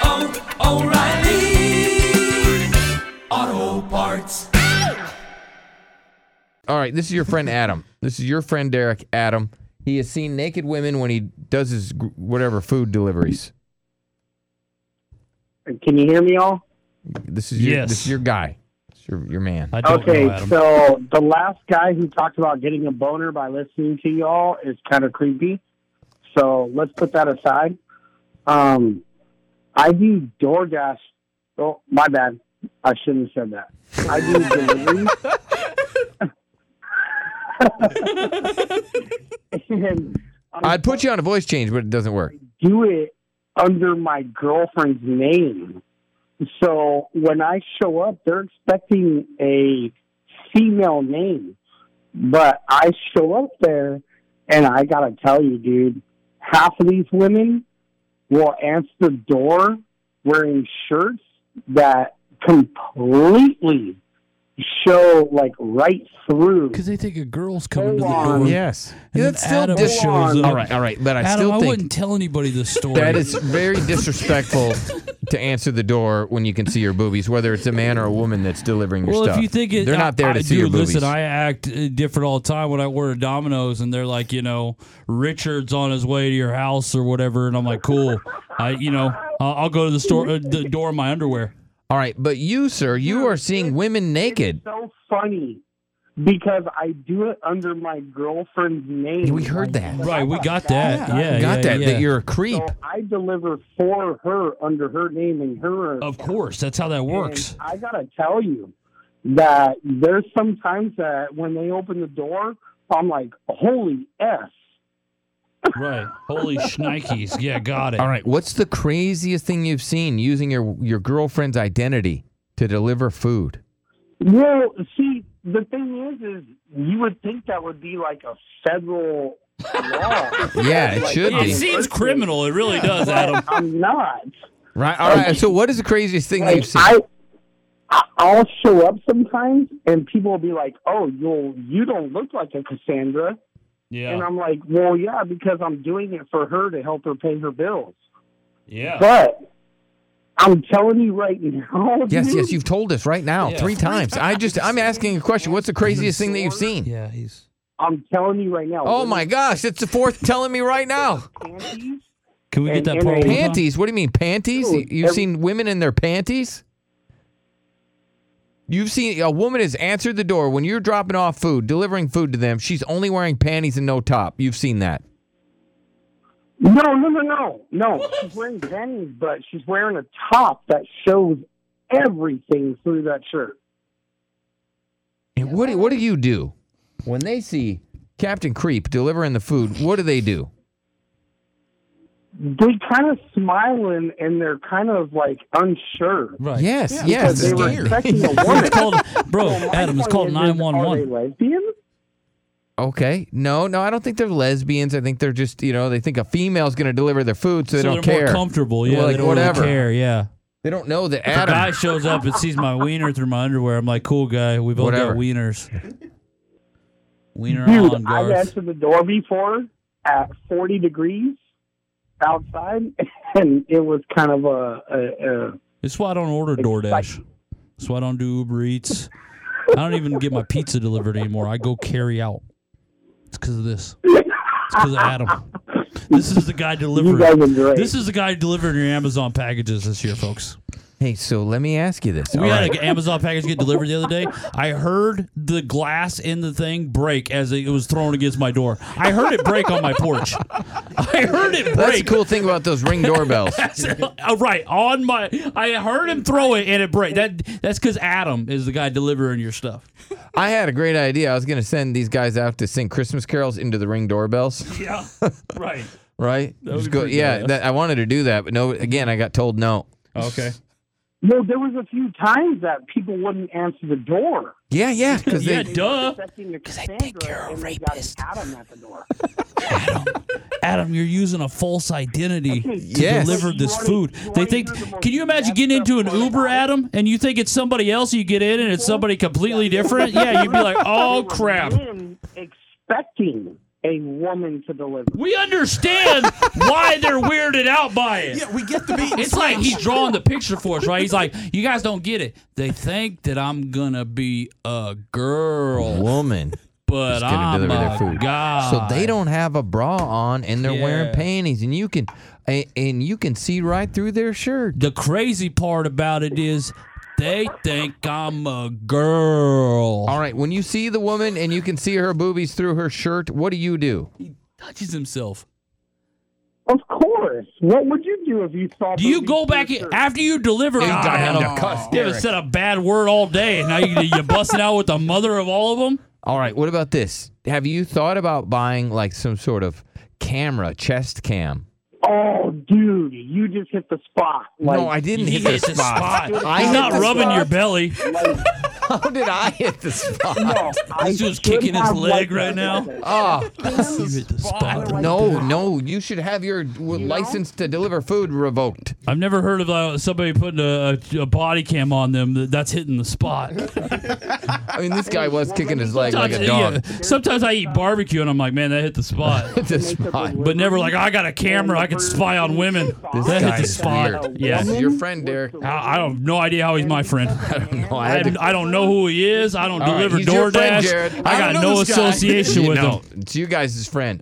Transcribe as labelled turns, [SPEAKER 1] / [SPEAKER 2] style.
[SPEAKER 1] oh, oh, O'Reilly! Auto Parts.
[SPEAKER 2] All right, this is your friend Adam. This is your friend Derek Adam. He has seen naked women when he does his gr- whatever food deliveries.
[SPEAKER 3] Can you hear me all?
[SPEAKER 2] This is your,
[SPEAKER 4] Yes.
[SPEAKER 2] this is your guy. It's your your man.
[SPEAKER 4] I don't
[SPEAKER 3] Okay,
[SPEAKER 4] know, Adam.
[SPEAKER 3] so the last guy who talked about getting a boner by listening to y'all is kind of creepy. So let's put that aside. Um, I do DoorDash. Oh, my bad. I shouldn't have said that. I do delivery. and um, I
[SPEAKER 2] I'd put you on a voice change, but it doesn't work.
[SPEAKER 3] do it under my girlfriend's name. So when I show up, they're expecting a female name. But I show up there, and I got to tell you, dude, half of these women will answer the door wearing shirts that completely show, like, right through.
[SPEAKER 5] Because they think a girl's coming to the
[SPEAKER 3] Hold on.
[SPEAKER 5] door.
[SPEAKER 2] Yes.
[SPEAKER 5] And
[SPEAKER 2] That's
[SPEAKER 5] then
[SPEAKER 2] still
[SPEAKER 5] Adam
[SPEAKER 2] dis-
[SPEAKER 5] shows up.
[SPEAKER 2] All right, all right, but I
[SPEAKER 5] Adam,
[SPEAKER 2] still
[SPEAKER 5] I
[SPEAKER 2] think
[SPEAKER 5] wouldn't tell anybody this story.
[SPEAKER 2] that is very disrespectful to answer the door when you can see your boobies, whether it's a man or a woman that's delivering your
[SPEAKER 5] well,
[SPEAKER 2] stuff.
[SPEAKER 5] if you think it,
[SPEAKER 2] they're not there
[SPEAKER 5] I,
[SPEAKER 2] to
[SPEAKER 5] I,
[SPEAKER 2] see
[SPEAKER 5] dude,
[SPEAKER 2] your boobies.
[SPEAKER 5] Listen, I act uh, different all the time when I order Domino's, and they're like, you know, Richard's on his way to your house or whatever, and I'm like, cool. I, you know, I'll, I'll go to the store, uh, the door in my underwear.
[SPEAKER 2] all right, but you, sir, you are seeing women naked.
[SPEAKER 3] It's so funny because I do it under my girlfriend's name.
[SPEAKER 2] We heard that.
[SPEAKER 5] Right, we got that. Yeah, yeah,
[SPEAKER 2] Got that?
[SPEAKER 5] yeah.
[SPEAKER 2] That you're a creep.
[SPEAKER 3] So I deliver for her under her name and her.
[SPEAKER 5] Of course, that's how that works.
[SPEAKER 3] And I gotta tell you that there's sometimes that when they open the door, I'm like, holy s.
[SPEAKER 5] Right. Holy shnikes. Yeah, got it.
[SPEAKER 2] All right, what's the craziest thing you've seen using your your girlfriend's identity to deliver food?
[SPEAKER 3] Well, see, the thing is, is you would think that would be like a federal law.
[SPEAKER 2] Yeah, it should
[SPEAKER 5] It
[SPEAKER 2] be.
[SPEAKER 5] seems criminal. It really does, Adam.
[SPEAKER 3] I'm not.
[SPEAKER 2] Right. All right. So, what is the craziest thing that
[SPEAKER 3] Like,
[SPEAKER 2] you've seen?
[SPEAKER 3] I, I- I'll show up sometimes, and people will be like, "Oh, you you don't look like a Cassandra." And
[SPEAKER 5] Yeah.
[SPEAKER 3] I'm like, well, yeah, because I'm doing it for her to help her pay her bills.
[SPEAKER 2] Uh.
[SPEAKER 5] Yeah.
[SPEAKER 3] But I'm telling you right now.
[SPEAKER 2] Yes,
[SPEAKER 3] dude,
[SPEAKER 2] yes, you've told us right now
[SPEAKER 5] Yeah.
[SPEAKER 2] three times. I just I'm asking a question. What's the craziest thing that you've seen?
[SPEAKER 5] Yeah, he's.
[SPEAKER 3] I'm telling you right now.
[SPEAKER 2] Oh my gosh, it's the fourth telling me right now.
[SPEAKER 3] Panties,
[SPEAKER 5] Can we get
[SPEAKER 3] And-
[SPEAKER 5] that
[SPEAKER 3] and
[SPEAKER 5] part?
[SPEAKER 3] a-
[SPEAKER 5] one more time?
[SPEAKER 2] Panties? What do you mean panties?
[SPEAKER 3] Dude,
[SPEAKER 2] You've
[SPEAKER 3] every-
[SPEAKER 2] seen women in their panties? You've seen a woman has answered the door when you're dropping off food, delivering food to them. She's only wearing panties and no top. You've seen that.
[SPEAKER 3] no, no, no, no, no. She's wearing panties, but she's wearing a top that shows everything through that shirt.
[SPEAKER 2] And what do, what do you do when they see Captain Creep delivering the food? What do they do?
[SPEAKER 3] They kind of smiling, and they're kind of like unsure.
[SPEAKER 5] Right.
[SPEAKER 2] Yes,
[SPEAKER 3] Because
[SPEAKER 2] yes.
[SPEAKER 3] they were expecting a woman.
[SPEAKER 5] It's called, bro,
[SPEAKER 3] So my
[SPEAKER 5] Adam, it's
[SPEAKER 3] point
[SPEAKER 5] called
[SPEAKER 3] is, is
[SPEAKER 5] 911.
[SPEAKER 3] Are they lesbian?
[SPEAKER 2] Okay. No, no, I don't think they're lesbians. I think they're just, you know, they think a female's going to deliver their food, so they
[SPEAKER 5] so
[SPEAKER 2] don't
[SPEAKER 5] they're
[SPEAKER 2] care.
[SPEAKER 5] more comfortable. Yeah,
[SPEAKER 2] Like,
[SPEAKER 5] they don't
[SPEAKER 2] whatever.
[SPEAKER 5] really care. Yeah.
[SPEAKER 2] they don't know that
[SPEAKER 5] If a guy
[SPEAKER 2] Adam.
[SPEAKER 5] shows up and sees my wiener through my underwear, I'm like, cool guy. We've all
[SPEAKER 2] Whatever.
[SPEAKER 5] got wieners. Wiener on,
[SPEAKER 3] Dude, I've
[SPEAKER 5] Garth.
[SPEAKER 3] answered the door before at 40 degrees outside, and it was kind of a, a, a
[SPEAKER 5] That's why I don't order DoorDash. That's why I don't do Uber Eats. I don't even get my pizza delivered anymore. I go carry out. It's because of this. It's because of Adam. This is the guy
[SPEAKER 3] you guys
[SPEAKER 5] delivering.
[SPEAKER 3] are great.
[SPEAKER 5] This is the guy delivering your Amazon packages this year, folks.
[SPEAKER 2] Hey, so let me ask you this.
[SPEAKER 5] We
[SPEAKER 2] All
[SPEAKER 5] had
[SPEAKER 2] right.
[SPEAKER 5] an Amazon package get delivered the other day. I heard the glass in the thing break as it was thrown against my door. I heard it break on my porch. I heard it
[SPEAKER 2] That's the
[SPEAKER 5] break.
[SPEAKER 2] cool thing about those ring doorbells.
[SPEAKER 5] Uh, right on my. I heard him throw it and it break. That that's because Adam is the guy delivering your stuff.
[SPEAKER 2] I had a great idea. I was going to send these guys out to sing Christmas carols into the ring doorbells,
[SPEAKER 5] Yeah, right.
[SPEAKER 2] right?
[SPEAKER 5] would
[SPEAKER 2] Just
[SPEAKER 5] be
[SPEAKER 2] go,
[SPEAKER 5] pretty good,
[SPEAKER 2] yeah,
[SPEAKER 5] yeah.
[SPEAKER 2] that, I wanted to do that, but no, again, I got told no.
[SPEAKER 5] Okay.
[SPEAKER 3] Well, there was a few times that people wouldn't answer the door.
[SPEAKER 2] Yeah, yeah, because
[SPEAKER 5] Yeah,
[SPEAKER 2] they
[SPEAKER 5] duh.
[SPEAKER 3] Because I think you're a rapist. Adam at the door.
[SPEAKER 5] Adam, you're using a false identity to
[SPEAKER 2] Yes.
[SPEAKER 5] deliver this food. They think. Can you imagine getting into an Uber, Adam, and you think it's somebody else? You get in and it's somebody completely different. Yeah, you'd be like, "Oh crap."
[SPEAKER 3] Men expecting a woman to deliver.
[SPEAKER 5] We understand why they're weirded out by it.
[SPEAKER 4] Yeah, we get the beat.
[SPEAKER 5] It's like he's drawing the picture for us, right? He's like, "You guys don't get it. They think that I'm gonna be a girl,
[SPEAKER 2] woman.
[SPEAKER 5] but
[SPEAKER 2] gonna
[SPEAKER 5] I'm
[SPEAKER 2] deliver their
[SPEAKER 5] a
[SPEAKER 2] food.
[SPEAKER 5] guy."
[SPEAKER 2] So they don't have a bra on and they're
[SPEAKER 5] Uh, Yeah.
[SPEAKER 2] wearing panties and you can and, and you can see right through their shirt.
[SPEAKER 5] The crazy part about it is they think I'm a girl.
[SPEAKER 2] All right, when you see the woman and you can see her boobies through her shirt, what do you do?
[SPEAKER 5] He touches himself.
[SPEAKER 3] Of course. What would you do if you saw?
[SPEAKER 5] Do you
[SPEAKER 3] boobies through
[SPEAKER 5] go back
[SPEAKER 3] your
[SPEAKER 5] in,
[SPEAKER 3] shirt?
[SPEAKER 5] after you deliver? God,
[SPEAKER 2] got him to
[SPEAKER 5] Adam,
[SPEAKER 2] cuss,
[SPEAKER 5] You haven't
[SPEAKER 2] Derek.
[SPEAKER 5] said a bad word all day, and now you, you're busting out with the mother of all of them.
[SPEAKER 2] All right, what about this? Have you thought about buying like some sort of camera, chest cam?
[SPEAKER 3] Oh, dude, you just hit the spot. Like,
[SPEAKER 2] no, I didn't
[SPEAKER 5] He
[SPEAKER 2] hit the
[SPEAKER 5] hits the
[SPEAKER 2] spot.
[SPEAKER 5] spot.
[SPEAKER 2] I
[SPEAKER 5] He's
[SPEAKER 2] hit
[SPEAKER 5] not
[SPEAKER 2] the
[SPEAKER 5] rubbing
[SPEAKER 3] spot.
[SPEAKER 5] your belly.
[SPEAKER 2] How did I hit the spot?
[SPEAKER 3] no, I
[SPEAKER 5] dude's
[SPEAKER 3] should
[SPEAKER 5] kicking his
[SPEAKER 3] have
[SPEAKER 5] leg
[SPEAKER 3] liked
[SPEAKER 5] right
[SPEAKER 3] that.
[SPEAKER 5] now.
[SPEAKER 2] Oh,
[SPEAKER 5] You hit the spot.
[SPEAKER 2] no, no, you should have your w license to deliver food revoked.
[SPEAKER 5] I've never heard of uh, somebody putting a, a, a body cam on them. That, that's hitting the spot.
[SPEAKER 2] I mean, this guy was kicking his leg like a
[SPEAKER 5] Sometimes-
[SPEAKER 2] dog.
[SPEAKER 5] yeah, sometimes I eat barbecue and I'm like, man, that hit the spot.
[SPEAKER 2] Hit the spot.
[SPEAKER 5] But never like I got a camera. I can spy on women.
[SPEAKER 3] This
[SPEAKER 5] that
[SPEAKER 2] guy
[SPEAKER 5] hit the
[SPEAKER 2] is
[SPEAKER 5] spot.
[SPEAKER 2] weird.
[SPEAKER 5] Yeah,
[SPEAKER 2] This is your friend, Derek. I
[SPEAKER 5] I, I don't have no idea how he's my friend.
[SPEAKER 2] don't know. I
[SPEAKER 5] I,
[SPEAKER 2] had to-
[SPEAKER 5] haven't- I don't know who he is. I don't
[SPEAKER 2] All right,
[SPEAKER 5] deliver
[SPEAKER 2] he's your friend,
[SPEAKER 5] DoorDash.
[SPEAKER 2] Jared.
[SPEAKER 5] I got
[SPEAKER 2] don't know
[SPEAKER 5] no
[SPEAKER 2] this guy.
[SPEAKER 5] association
[SPEAKER 2] You
[SPEAKER 5] with
[SPEAKER 2] know,
[SPEAKER 5] him.
[SPEAKER 2] It's you guys' friend.